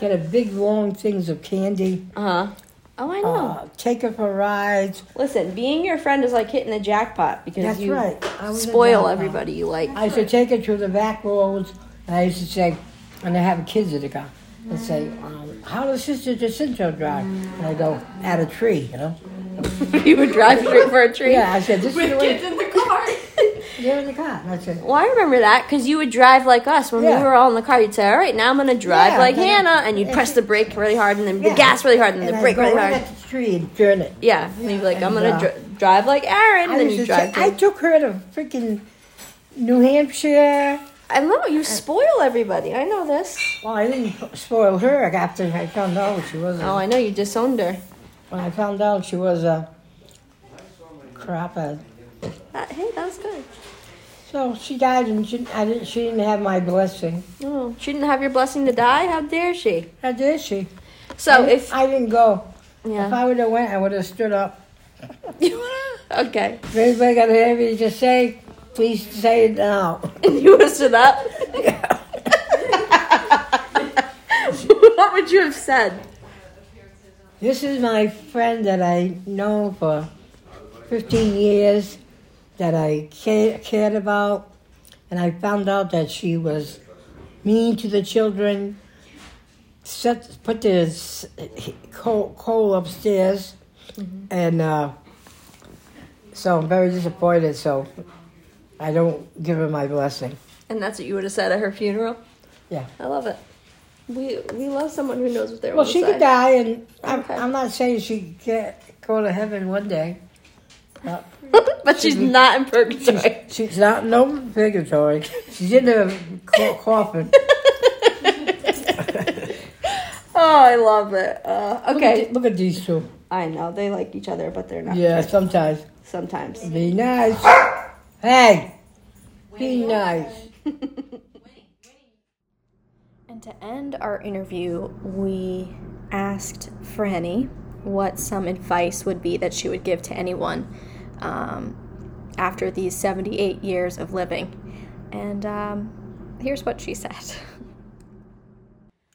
[SPEAKER 8] get a big long things of candy,
[SPEAKER 3] Uh huh. Oh, I know.
[SPEAKER 8] uh, take her for rides.
[SPEAKER 3] Listen, being your friend is like hitting the jackpot because
[SPEAKER 8] That's
[SPEAKER 3] you
[SPEAKER 8] right. I was a
[SPEAKER 3] spoil
[SPEAKER 8] jackpot.
[SPEAKER 3] everybody you like.
[SPEAKER 8] I used to take her to the back roads, and I used to say, and I have kids that go, and say, um, "How does Sister Jacinto drive?" And I go, "At a tree," you know.
[SPEAKER 3] you would drive straight for a tree.
[SPEAKER 8] Yeah, I said, "This is the
[SPEAKER 10] With
[SPEAKER 8] way."
[SPEAKER 10] kids in the car.
[SPEAKER 8] They're in the car. And I said,
[SPEAKER 3] Well, I remember that because you would drive like us when
[SPEAKER 8] Yeah.
[SPEAKER 3] we were all in the car. You'd say, "All right, now I'm gonna drive
[SPEAKER 8] Yeah,
[SPEAKER 3] like
[SPEAKER 8] but-
[SPEAKER 3] Hannah," and you'd
[SPEAKER 8] and
[SPEAKER 3] press
[SPEAKER 8] she-
[SPEAKER 3] the brake really hard, and then
[SPEAKER 8] Yeah.
[SPEAKER 3] the gas really hard, and,
[SPEAKER 8] and
[SPEAKER 3] the
[SPEAKER 8] I
[SPEAKER 3] brake
[SPEAKER 8] go
[SPEAKER 3] really
[SPEAKER 8] right
[SPEAKER 3] hard.
[SPEAKER 8] at the tree and turn it.
[SPEAKER 3] Yeah, and you'd be like,
[SPEAKER 8] and,
[SPEAKER 3] "I'm gonna
[SPEAKER 8] uh,
[SPEAKER 3] dr- drive like Aaron," and
[SPEAKER 8] I,
[SPEAKER 3] then
[SPEAKER 8] used
[SPEAKER 3] you
[SPEAKER 8] to
[SPEAKER 3] drive.
[SPEAKER 8] ta- I
[SPEAKER 3] to-
[SPEAKER 8] took her to freaking New Hampshire.
[SPEAKER 3] I know you spoil everybody. I know this.
[SPEAKER 8] Well, I didn't spoil her after I found out she was.
[SPEAKER 3] Oh, I know you disowned her.
[SPEAKER 8] When I found out she was a craphead.
[SPEAKER 3] That, Uh, hey, that was good.
[SPEAKER 8] So she died, and she, I didn't, she didn't have my blessing.
[SPEAKER 3] Oh, she didn't have your blessing to die. How dare she?
[SPEAKER 8] How did she?
[SPEAKER 3] So
[SPEAKER 8] I,
[SPEAKER 3] if
[SPEAKER 8] I didn't go. If
[SPEAKER 3] yeah,
[SPEAKER 8] I would have went, I would have stood up.
[SPEAKER 3] okay,
[SPEAKER 8] If anybody got anything to say, please say it now.
[SPEAKER 3] and you would stood up. what would you have said?
[SPEAKER 8] This is my friend that I know for 15 years, that I ca- cared about, and I found out that she was mean to the children, set, put the s- coal, coal upstairs, and uh, so I'm very disappointed, so I don't give her my blessing.
[SPEAKER 3] And that's what you would have said at her funeral.
[SPEAKER 8] Yeah.
[SPEAKER 3] I love it. We we love someone who knows what they're.
[SPEAKER 8] Well, she could die, and I'm,
[SPEAKER 3] Okay.
[SPEAKER 8] I'm not saying she can't go to heaven one day. Uh,
[SPEAKER 3] but she's not in purgatory.
[SPEAKER 8] She's not no purgatory. She's in the co- coffin.
[SPEAKER 3] Oh, I love it. Uh,
[SPEAKER 8] Look
[SPEAKER 3] okay,
[SPEAKER 8] at, look at these two.
[SPEAKER 3] I know they like each other, but they're not.
[SPEAKER 8] Yeah, sometimes
[SPEAKER 3] Sometimes.
[SPEAKER 8] be nice. Hey, be nice.
[SPEAKER 13] And to end our interview, we asked Franny what some advice would be that she would give to anyone um, after these 78 years of living. And um, here's what she said.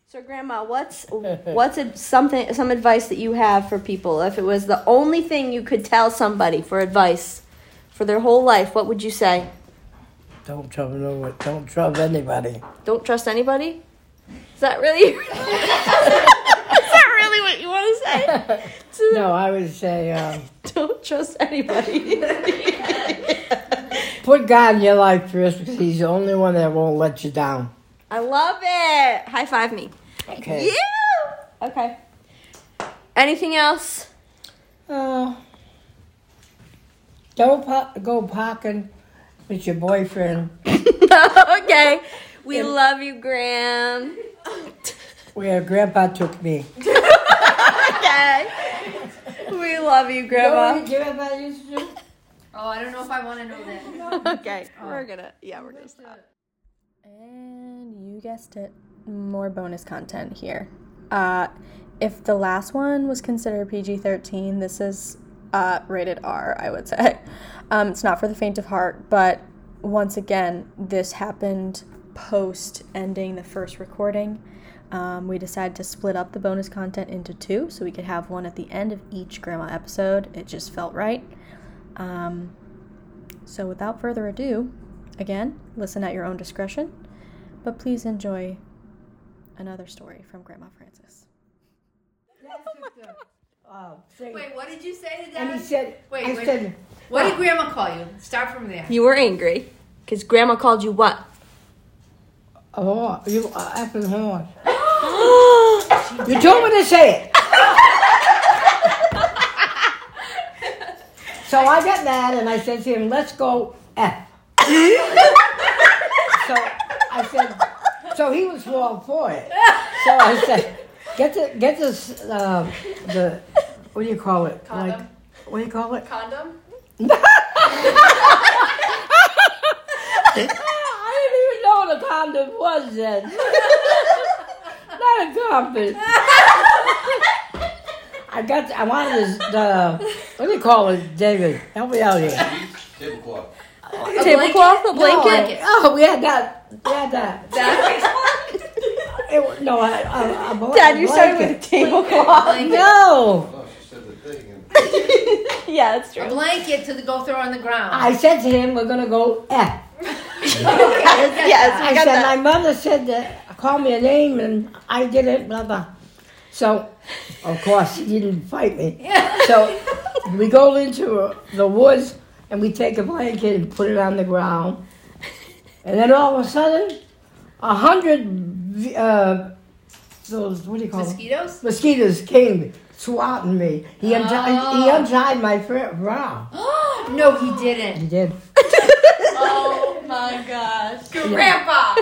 [SPEAKER 3] So, Grandma, what's what's a, something some advice that you have for people? If it was the only thing you could tell somebody for advice for their whole life, what would you say?
[SPEAKER 8] Don't trouble no one. Don't trouble anybody.
[SPEAKER 3] Don't trust anybody. Is that really? is that really what you want to say?
[SPEAKER 8] No, I would say um,
[SPEAKER 3] Don't trust anybody.
[SPEAKER 8] Put God in your life first because He's the only one that won't let you down.
[SPEAKER 3] I love it. High five me.
[SPEAKER 8] Okay.
[SPEAKER 3] Yeah. Okay. Anything else?
[SPEAKER 8] Uh, don't po- go parking with your boyfriend.
[SPEAKER 3] okay. We love you, Graham.
[SPEAKER 8] Where Grandpa took me.
[SPEAKER 3] Okay. We love you,
[SPEAKER 8] Grandma.
[SPEAKER 3] Grandma.
[SPEAKER 8] Grandpa used to do?
[SPEAKER 10] Oh, I don't know if I want to know that.
[SPEAKER 3] Okay. We're gonna. Yeah, we're gonna stop.
[SPEAKER 13] And you guessed it, more bonus content here. Uh, if the last one was considered PG 13, this is uh, rated R, I would say. Um, it's not for the faint of heart, but once again, this happened post ending the first recording. Um, we decided to split up the bonus content into two so we could have one at the end of each grandma episode. It just felt right. Um, so, without further ado, again, listen at your own discretion, but please enjoy another story from Grandma Francis.
[SPEAKER 10] Wait, what did you say to Dad?
[SPEAKER 8] And he said,
[SPEAKER 10] Wait,
[SPEAKER 8] I
[SPEAKER 10] wait.
[SPEAKER 8] said,
[SPEAKER 10] what
[SPEAKER 12] "Oh."
[SPEAKER 10] did Grandma call you? Start from there.
[SPEAKER 3] You were angry because Grandma called you what?
[SPEAKER 8] oh, you are effing horn. you told me to say it. so I got mad and I said to him, let's go F. so I said, so he was all for it. So I said, get the, get this, uh, the, what do you call it? Condom. Like, what do you call it?
[SPEAKER 10] Condom?
[SPEAKER 8] I didn't even know what a condom was then. Not a condom. I got. I wanted this. Uh, what do you call it, David? Help me out here.
[SPEAKER 14] Tablecloth.
[SPEAKER 3] A tablecloth, a blanket.
[SPEAKER 8] Oh, we had that. We had that. It, wa- no, I, I, I bought
[SPEAKER 3] Dad,
[SPEAKER 8] a
[SPEAKER 3] you started with a
[SPEAKER 8] blanket.
[SPEAKER 3] tablecloth.
[SPEAKER 8] No,
[SPEAKER 14] Oh, she said the thing. And
[SPEAKER 3] yeah, that's
[SPEAKER 10] A
[SPEAKER 3] true.
[SPEAKER 10] blanket to the, go throw on the ground.
[SPEAKER 8] I said to him, "We're gonna go F."
[SPEAKER 3] Yes,
[SPEAKER 8] I,
[SPEAKER 3] I got
[SPEAKER 8] said
[SPEAKER 3] that.
[SPEAKER 8] my mother said that call me a name and I didn't blah blah. So of course he didn't fight me. So we go into the woods and we take a blanket and put it on the ground. And then all of a sudden, a hundred uh, those what do you call them?
[SPEAKER 10] Mosquitoes?
[SPEAKER 8] Mosquitoes came swatting me. He, unti- he
[SPEAKER 3] Oh.
[SPEAKER 8] untied my fr- bra.
[SPEAKER 10] no, he didn't.
[SPEAKER 8] He did.
[SPEAKER 10] Oh my gosh. Grandpa!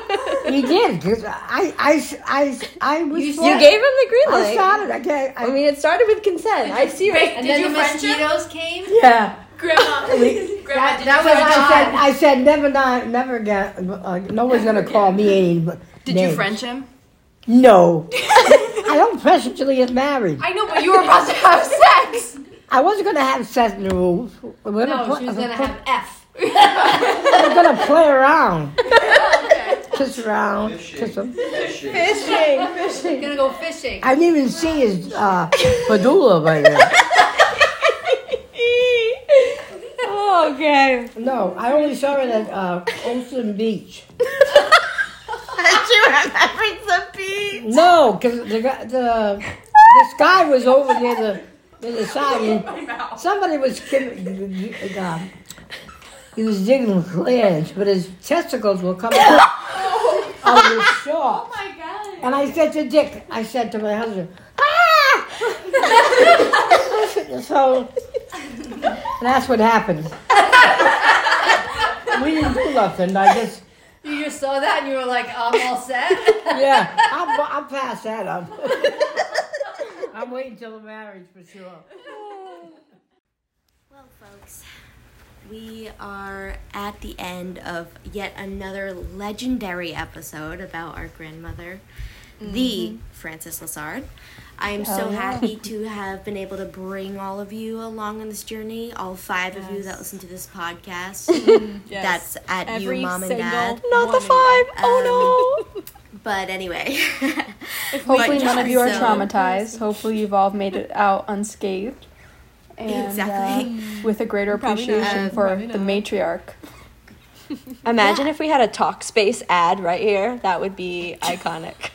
[SPEAKER 8] He did. 'cause I, I, I, I was.
[SPEAKER 3] You gave him the green
[SPEAKER 8] I
[SPEAKER 3] light.
[SPEAKER 8] started. I can't. I,
[SPEAKER 3] I mean, it started with consent. I see right.
[SPEAKER 10] And
[SPEAKER 3] Did
[SPEAKER 10] then
[SPEAKER 3] you
[SPEAKER 10] the mosquitoes came?
[SPEAKER 8] yeah.
[SPEAKER 10] Grandma.
[SPEAKER 8] We-
[SPEAKER 10] Grandma, did
[SPEAKER 8] That
[SPEAKER 10] you
[SPEAKER 8] was.
[SPEAKER 10] french
[SPEAKER 8] I
[SPEAKER 10] him?
[SPEAKER 8] said. I said never, not, never again. Uh, no one's gonna call me any. But
[SPEAKER 10] Did you French him?
[SPEAKER 8] No. I don't press until he gets married.
[SPEAKER 10] I know, but you were about to have sex.
[SPEAKER 8] I wasn't gonna have sex in the rules. We're gonna
[SPEAKER 10] No,
[SPEAKER 8] pl-
[SPEAKER 10] she was gonna have F.
[SPEAKER 8] We're gonna play around. Kiss around. Kiss him.
[SPEAKER 10] We're gonna go fishing.
[SPEAKER 8] I didn't even see his uh, padula by then.
[SPEAKER 3] okay.
[SPEAKER 8] No, I only saw it at uh, Olsen Beach.
[SPEAKER 3] you remembering some pee?
[SPEAKER 8] No, because the, guy- the this guy was over near the near the side. And somebody was kidding. Uh, he was digging clams, but his testicles were coming out of his shorts. Oh my god! And I said to Dick, I said to my husband, ah! so that's what happened. we didn't do nothing. I just
[SPEAKER 10] You just saw that and you were like, I'm all set.
[SPEAKER 8] yeah, I'll, I'll pass that up. I'm waiting till the marriage for sure.
[SPEAKER 9] Well, folks, we are at the end of yet another legendary episode about our grandmother,
[SPEAKER 5] Mm-hmm.
[SPEAKER 9] the Frances Lassard. I am so happy to have been able to bring all of you along on this journey, all five of you that listen to this podcast.
[SPEAKER 5] Mm-hmm.
[SPEAKER 9] That's at you, mom and dad.
[SPEAKER 3] Not the five. Oh no.
[SPEAKER 9] But anyway,
[SPEAKER 5] Um, Hopefully,
[SPEAKER 9] But
[SPEAKER 5] none of you are
[SPEAKER 9] so-
[SPEAKER 5] traumatized. Hopefully, you've all made it out unscathed. And,
[SPEAKER 9] Exactly.
[SPEAKER 5] uh, with a greater appreciation for the matriarch.
[SPEAKER 3] Imagine if we had a talk space ad right here. That would be iconic.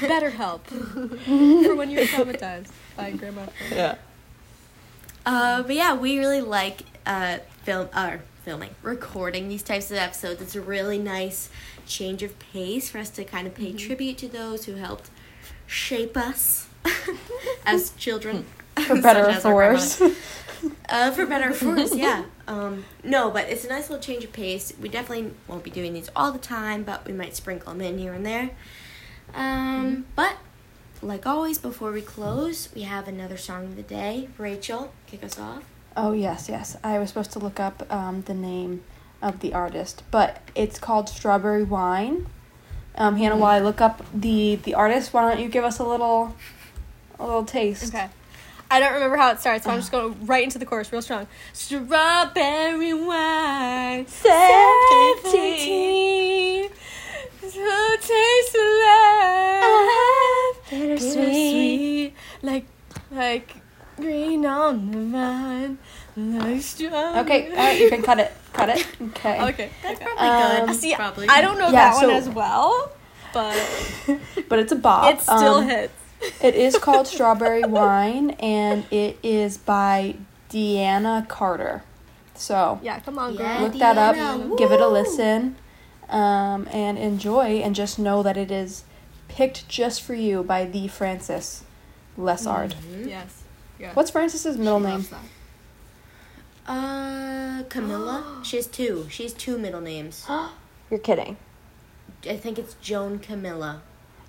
[SPEAKER 5] Better help.
[SPEAKER 4] For when you're traumatized by Grandma.
[SPEAKER 3] Yeah.
[SPEAKER 9] Uh, but yeah, we really like uh, film, uh, filming, recording these types of episodes. It's a really nice change of pace for us to kind of pay
[SPEAKER 15] Mhm.
[SPEAKER 9] tribute to those who helped shape us as children.
[SPEAKER 7] For better
[SPEAKER 9] such
[SPEAKER 7] or
[SPEAKER 9] as
[SPEAKER 7] for
[SPEAKER 9] our
[SPEAKER 7] worse.
[SPEAKER 9] uh, for better or for worse, yeah. Um, no, but it's a nice little change of pace. We definitely won't be doing these all the time, but we might sprinkle them in here and there. Um, But, like always, before we close, we have another song of the day. Rachel, kick us off.
[SPEAKER 7] Oh, yes, yes. I was supposed to look up um, the name of the artist, but it's called Strawberry Wine. Um, Hannah, while I look up the, the artist, why don't you give us a little a little taste?
[SPEAKER 4] Okay. I don't remember how it starts, so I'm just going right into the chorus real strong. Strawberry wine, 17, so tastes
[SPEAKER 7] Uh-huh.
[SPEAKER 4] alive, bittersweet, like, like green on the vine, like strawberry.
[SPEAKER 7] Okay, all right, you can cut it. Cut it. Okay.
[SPEAKER 4] Okay. That's
[SPEAKER 7] probably good.
[SPEAKER 4] See,
[SPEAKER 7] Probably.
[SPEAKER 4] I don't know
[SPEAKER 7] Yeah,
[SPEAKER 4] that
[SPEAKER 7] so-
[SPEAKER 4] one as well, but
[SPEAKER 7] But it's a bop.
[SPEAKER 4] it still
[SPEAKER 7] Um,
[SPEAKER 4] hits.
[SPEAKER 7] it is called Strawberry Wine, and it is by Deanna Carter. So
[SPEAKER 4] Yeah, come on, girl.
[SPEAKER 7] yeah, look that up, give it a listen, um, and enjoy. And just know that it is picked just for you by the Francis Lessard.
[SPEAKER 4] Mm-hmm. Yes. Yeah.
[SPEAKER 7] What's Francis's middle name?
[SPEAKER 9] Uh, Camilla? she has two. She has two middle names.
[SPEAKER 3] You're kidding.
[SPEAKER 9] I think it's Joan Camilla.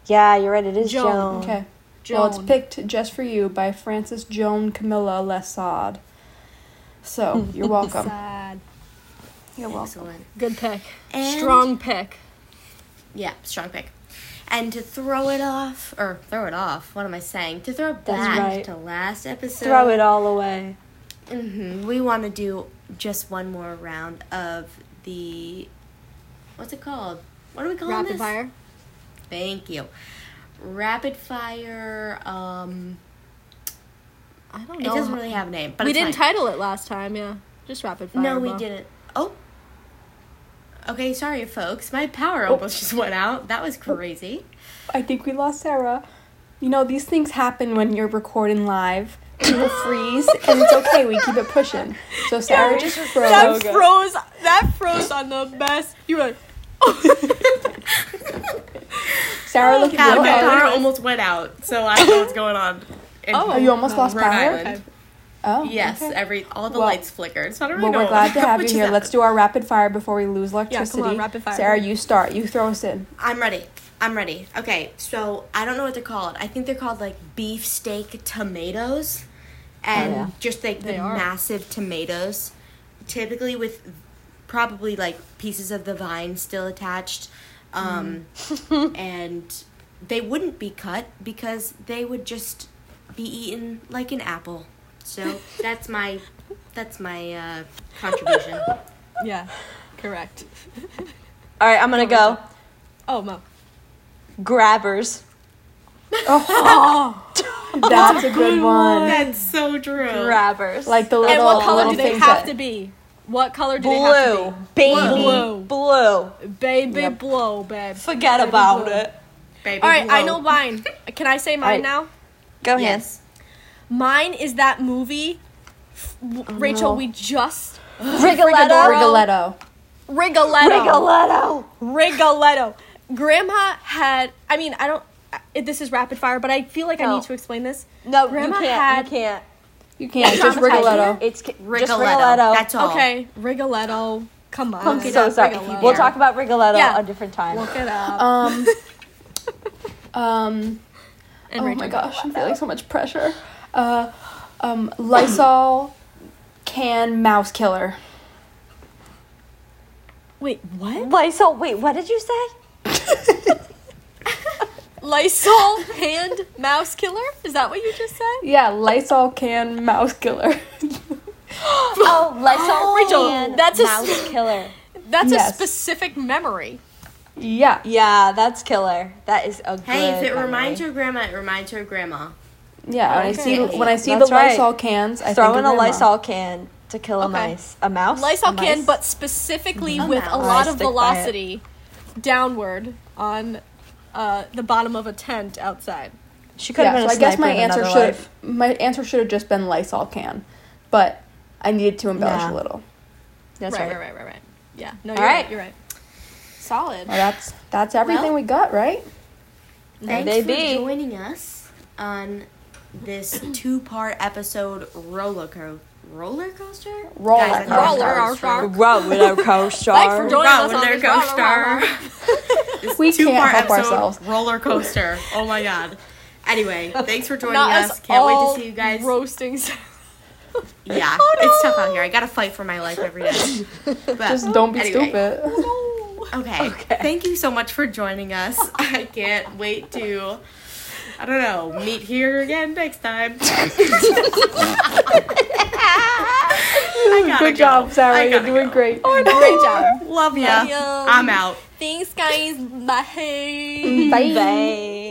[SPEAKER 3] Yeah, you're right. It is Joan.
[SPEAKER 7] Okay. Well, it's picked just for you by Francis Joan Camilla Lessard. So you're welcome.
[SPEAKER 4] Sad.
[SPEAKER 7] You're welcome.
[SPEAKER 9] Excellent.
[SPEAKER 4] Good pick.
[SPEAKER 9] And-
[SPEAKER 4] Strong pick.
[SPEAKER 9] Yeah, strong pick. And to throw it off, or throw it off, what am I saying? To throw back
[SPEAKER 3] right.
[SPEAKER 9] to last episode.
[SPEAKER 3] Throw it all away.
[SPEAKER 9] hmm We want to do just one more round of the. What's it called? What are we calling
[SPEAKER 4] Rapid
[SPEAKER 9] this?
[SPEAKER 4] fire.
[SPEAKER 9] Thank you. Rapid fire. Um,
[SPEAKER 4] I don't
[SPEAKER 9] it
[SPEAKER 4] know.
[SPEAKER 9] doesn't really have a name, but
[SPEAKER 4] we
[SPEAKER 9] it's
[SPEAKER 4] didn't
[SPEAKER 9] fine.
[SPEAKER 4] title it last time. Yeah, just rapid fire.
[SPEAKER 9] No, we
[SPEAKER 4] but-
[SPEAKER 9] didn't. Oh. Okay, sorry, folks. My power
[SPEAKER 7] Oh.
[SPEAKER 9] almost just went out. That was crazy.
[SPEAKER 7] I think we lost Sarah. You know, these things happen when you're recording live. People freeze, and it's okay. We keep it pushing. So Sarah
[SPEAKER 4] Yeah,
[SPEAKER 7] just
[SPEAKER 4] That
[SPEAKER 7] froze.
[SPEAKER 4] froze. That froze on the best. You were like,
[SPEAKER 7] Sarah looked
[SPEAKER 9] Yeah,
[SPEAKER 7] real
[SPEAKER 9] my power
[SPEAKER 7] angry.
[SPEAKER 9] almost went out, so I don't know what's going on. in
[SPEAKER 7] Oh, you almost lost
[SPEAKER 9] Rhode
[SPEAKER 7] power?
[SPEAKER 9] Island.
[SPEAKER 7] Oh,
[SPEAKER 9] Yes,
[SPEAKER 7] okay.
[SPEAKER 9] every all the
[SPEAKER 7] Well-
[SPEAKER 9] lights flickered. So I don't really
[SPEAKER 7] Well,
[SPEAKER 9] know
[SPEAKER 7] we're glad to have you
[SPEAKER 9] which
[SPEAKER 7] here.
[SPEAKER 9] is
[SPEAKER 7] Let's do our rapid fire before we lose
[SPEAKER 4] come on,
[SPEAKER 7] electricity.
[SPEAKER 4] rapid fire.
[SPEAKER 7] Sarah, you start. You throw us in.
[SPEAKER 9] I'm ready. I'm ready. Okay, so I don't know what they're called. I think they're called like beefsteak tomatoes, and
[SPEAKER 3] Oh, yeah.
[SPEAKER 9] just like the
[SPEAKER 4] They are.
[SPEAKER 9] massive tomatoes, typically with probably like pieces of the vine still attached, um,
[SPEAKER 4] Mm.
[SPEAKER 9] and they wouldn't be cut because they would just be eaten like an apple. So that's my that's my uh, contribution.
[SPEAKER 4] yeah, correct.
[SPEAKER 3] All right, I'm gonna go.
[SPEAKER 4] Oh, Mo.
[SPEAKER 3] Grabbers.
[SPEAKER 7] That's a good one.
[SPEAKER 9] that's so true.
[SPEAKER 3] Grabbers.
[SPEAKER 7] Like the little.
[SPEAKER 4] And what color
[SPEAKER 7] little
[SPEAKER 4] do they
[SPEAKER 7] things
[SPEAKER 4] have
[SPEAKER 7] that-
[SPEAKER 4] to be? What color do they have
[SPEAKER 3] blue.
[SPEAKER 4] to
[SPEAKER 3] Baby
[SPEAKER 4] Blue.
[SPEAKER 3] blue.
[SPEAKER 4] be? Baby
[SPEAKER 7] Yep.
[SPEAKER 4] blue, babe.
[SPEAKER 3] Forget
[SPEAKER 4] Baby
[SPEAKER 3] about
[SPEAKER 4] blue.
[SPEAKER 3] it.
[SPEAKER 9] Baby
[SPEAKER 4] All right, I
[SPEAKER 9] blow.
[SPEAKER 4] know mine. Can I say mine
[SPEAKER 3] Alright.
[SPEAKER 4] now?
[SPEAKER 3] Go ahead.
[SPEAKER 9] Yes.
[SPEAKER 4] Mine is that movie. f- w- Rachel,
[SPEAKER 7] no.
[SPEAKER 4] we just
[SPEAKER 3] Rigoletto.
[SPEAKER 7] Rigoletto.
[SPEAKER 4] Rigoletto.
[SPEAKER 3] Rigoletto.
[SPEAKER 4] Rigoletto. Grandma had. I mean, I don't. I- This is rapid fire, but I feel like I
[SPEAKER 3] No.
[SPEAKER 4] need to explain this.
[SPEAKER 3] No,
[SPEAKER 4] Grandma
[SPEAKER 3] you can't.
[SPEAKER 4] had-
[SPEAKER 3] You can't.
[SPEAKER 7] You can't. Just
[SPEAKER 3] Traumatized me.
[SPEAKER 7] Rigoletto.
[SPEAKER 3] It's ca- just
[SPEAKER 9] Rigoletto.
[SPEAKER 3] Rigoletto.
[SPEAKER 9] That's all.
[SPEAKER 4] Okay, Rigoletto. Come on.
[SPEAKER 3] I'm so sorry.
[SPEAKER 4] Rigoletto.
[SPEAKER 3] We'll talk about Rigoletto
[SPEAKER 4] Yeah.
[SPEAKER 3] a different time.
[SPEAKER 4] Look it up.
[SPEAKER 7] Um. um.
[SPEAKER 4] and
[SPEAKER 7] oh
[SPEAKER 4] Rachel.
[SPEAKER 7] my gosh, I'm feeling so much pressure. Uh, um, Lysol can mouse killer.
[SPEAKER 4] Wait, what?
[SPEAKER 3] Lysol. Wait, what did you say?
[SPEAKER 4] Lysol hand mouse killer? Is that what you just said?
[SPEAKER 7] Yeah, Lysol can mouse killer.
[SPEAKER 3] Oh, Lysol.
[SPEAKER 4] Rachel,
[SPEAKER 3] and
[SPEAKER 4] that's a
[SPEAKER 3] mouse
[SPEAKER 4] s-
[SPEAKER 3] killer.
[SPEAKER 4] That's a
[SPEAKER 7] Yes.
[SPEAKER 4] specific memory.
[SPEAKER 7] yeah,
[SPEAKER 3] Yeah, that's killer. That is a good.
[SPEAKER 9] Hey, if it reminds
[SPEAKER 3] memory.
[SPEAKER 9] your grandma, it reminds her grandma.
[SPEAKER 7] yeah. When I
[SPEAKER 4] Okay.
[SPEAKER 7] see when I see
[SPEAKER 3] That's
[SPEAKER 7] the
[SPEAKER 3] right.
[SPEAKER 7] Lysol cans, I
[SPEAKER 3] throw
[SPEAKER 7] think
[SPEAKER 3] in
[SPEAKER 7] of
[SPEAKER 3] a
[SPEAKER 7] grandma.
[SPEAKER 3] Lysol can to kill a
[SPEAKER 4] Okay.
[SPEAKER 3] mice, a mouse.
[SPEAKER 4] Lysol
[SPEAKER 3] a
[SPEAKER 4] can,
[SPEAKER 3] mice?
[SPEAKER 4] but specifically
[SPEAKER 9] Mhm.
[SPEAKER 4] with
[SPEAKER 9] A
[SPEAKER 4] a
[SPEAKER 9] mouse.
[SPEAKER 4] lot
[SPEAKER 3] I
[SPEAKER 4] of
[SPEAKER 3] stick by it.
[SPEAKER 4] velocity downward on uh, the bottom of a tent outside.
[SPEAKER 3] she could have
[SPEAKER 7] Yeah,
[SPEAKER 3] been
[SPEAKER 7] so
[SPEAKER 3] a
[SPEAKER 7] I guess my
[SPEAKER 3] sniper in
[SPEAKER 7] answer
[SPEAKER 3] another
[SPEAKER 7] should
[SPEAKER 3] life.
[SPEAKER 7] my answer should have just been Lysol can, but I needed to embellish
[SPEAKER 3] Yeah.
[SPEAKER 7] a little.
[SPEAKER 3] That's
[SPEAKER 4] right,
[SPEAKER 3] right.
[SPEAKER 4] right, right, right, right. Yeah. No,
[SPEAKER 3] All
[SPEAKER 4] you're right.
[SPEAKER 3] right.
[SPEAKER 4] You're right. Solid.
[SPEAKER 7] Well, that's that's everything
[SPEAKER 9] Well-
[SPEAKER 7] we got, right?
[SPEAKER 9] Thanks
[SPEAKER 3] they
[SPEAKER 9] for
[SPEAKER 3] be.
[SPEAKER 9] joining us on this two-part episode roller co- roller coaster.
[SPEAKER 7] Roller
[SPEAKER 9] Guys, I think that's
[SPEAKER 4] coaster.
[SPEAKER 9] how it's
[SPEAKER 4] Roller
[SPEAKER 9] spelled.
[SPEAKER 3] Roller coaster.
[SPEAKER 4] Thanks for joining us on
[SPEAKER 9] Roller
[SPEAKER 4] this. Roller
[SPEAKER 9] coaster. This
[SPEAKER 7] We can't
[SPEAKER 9] two-part
[SPEAKER 7] help
[SPEAKER 9] episode
[SPEAKER 7] ourselves.
[SPEAKER 9] Roller coaster. Oh my god. Anyway, thanks for joining
[SPEAKER 4] Not
[SPEAKER 9] us.
[SPEAKER 4] us
[SPEAKER 9] Can't wait
[SPEAKER 4] all
[SPEAKER 9] to see you guys.
[SPEAKER 4] Roasting. sound.
[SPEAKER 9] yeah, it's tough out here. I gotta fight for my life every day. But
[SPEAKER 7] Just don't be
[SPEAKER 9] anyway.
[SPEAKER 7] stupid.
[SPEAKER 9] Okay. Thank you so much for joining us. I can't wait to, I don't know, meet here again next time. I gotta
[SPEAKER 7] Good job,
[SPEAKER 9] go.
[SPEAKER 7] Sarah.
[SPEAKER 9] I
[SPEAKER 7] You're
[SPEAKER 9] gotta
[SPEAKER 7] doing
[SPEAKER 9] go.
[SPEAKER 7] great.
[SPEAKER 4] Great job.
[SPEAKER 9] Love ya.
[SPEAKER 4] ya.
[SPEAKER 9] I'm out.
[SPEAKER 4] Thanks, guys. Bye.
[SPEAKER 7] Bye.
[SPEAKER 3] Bye.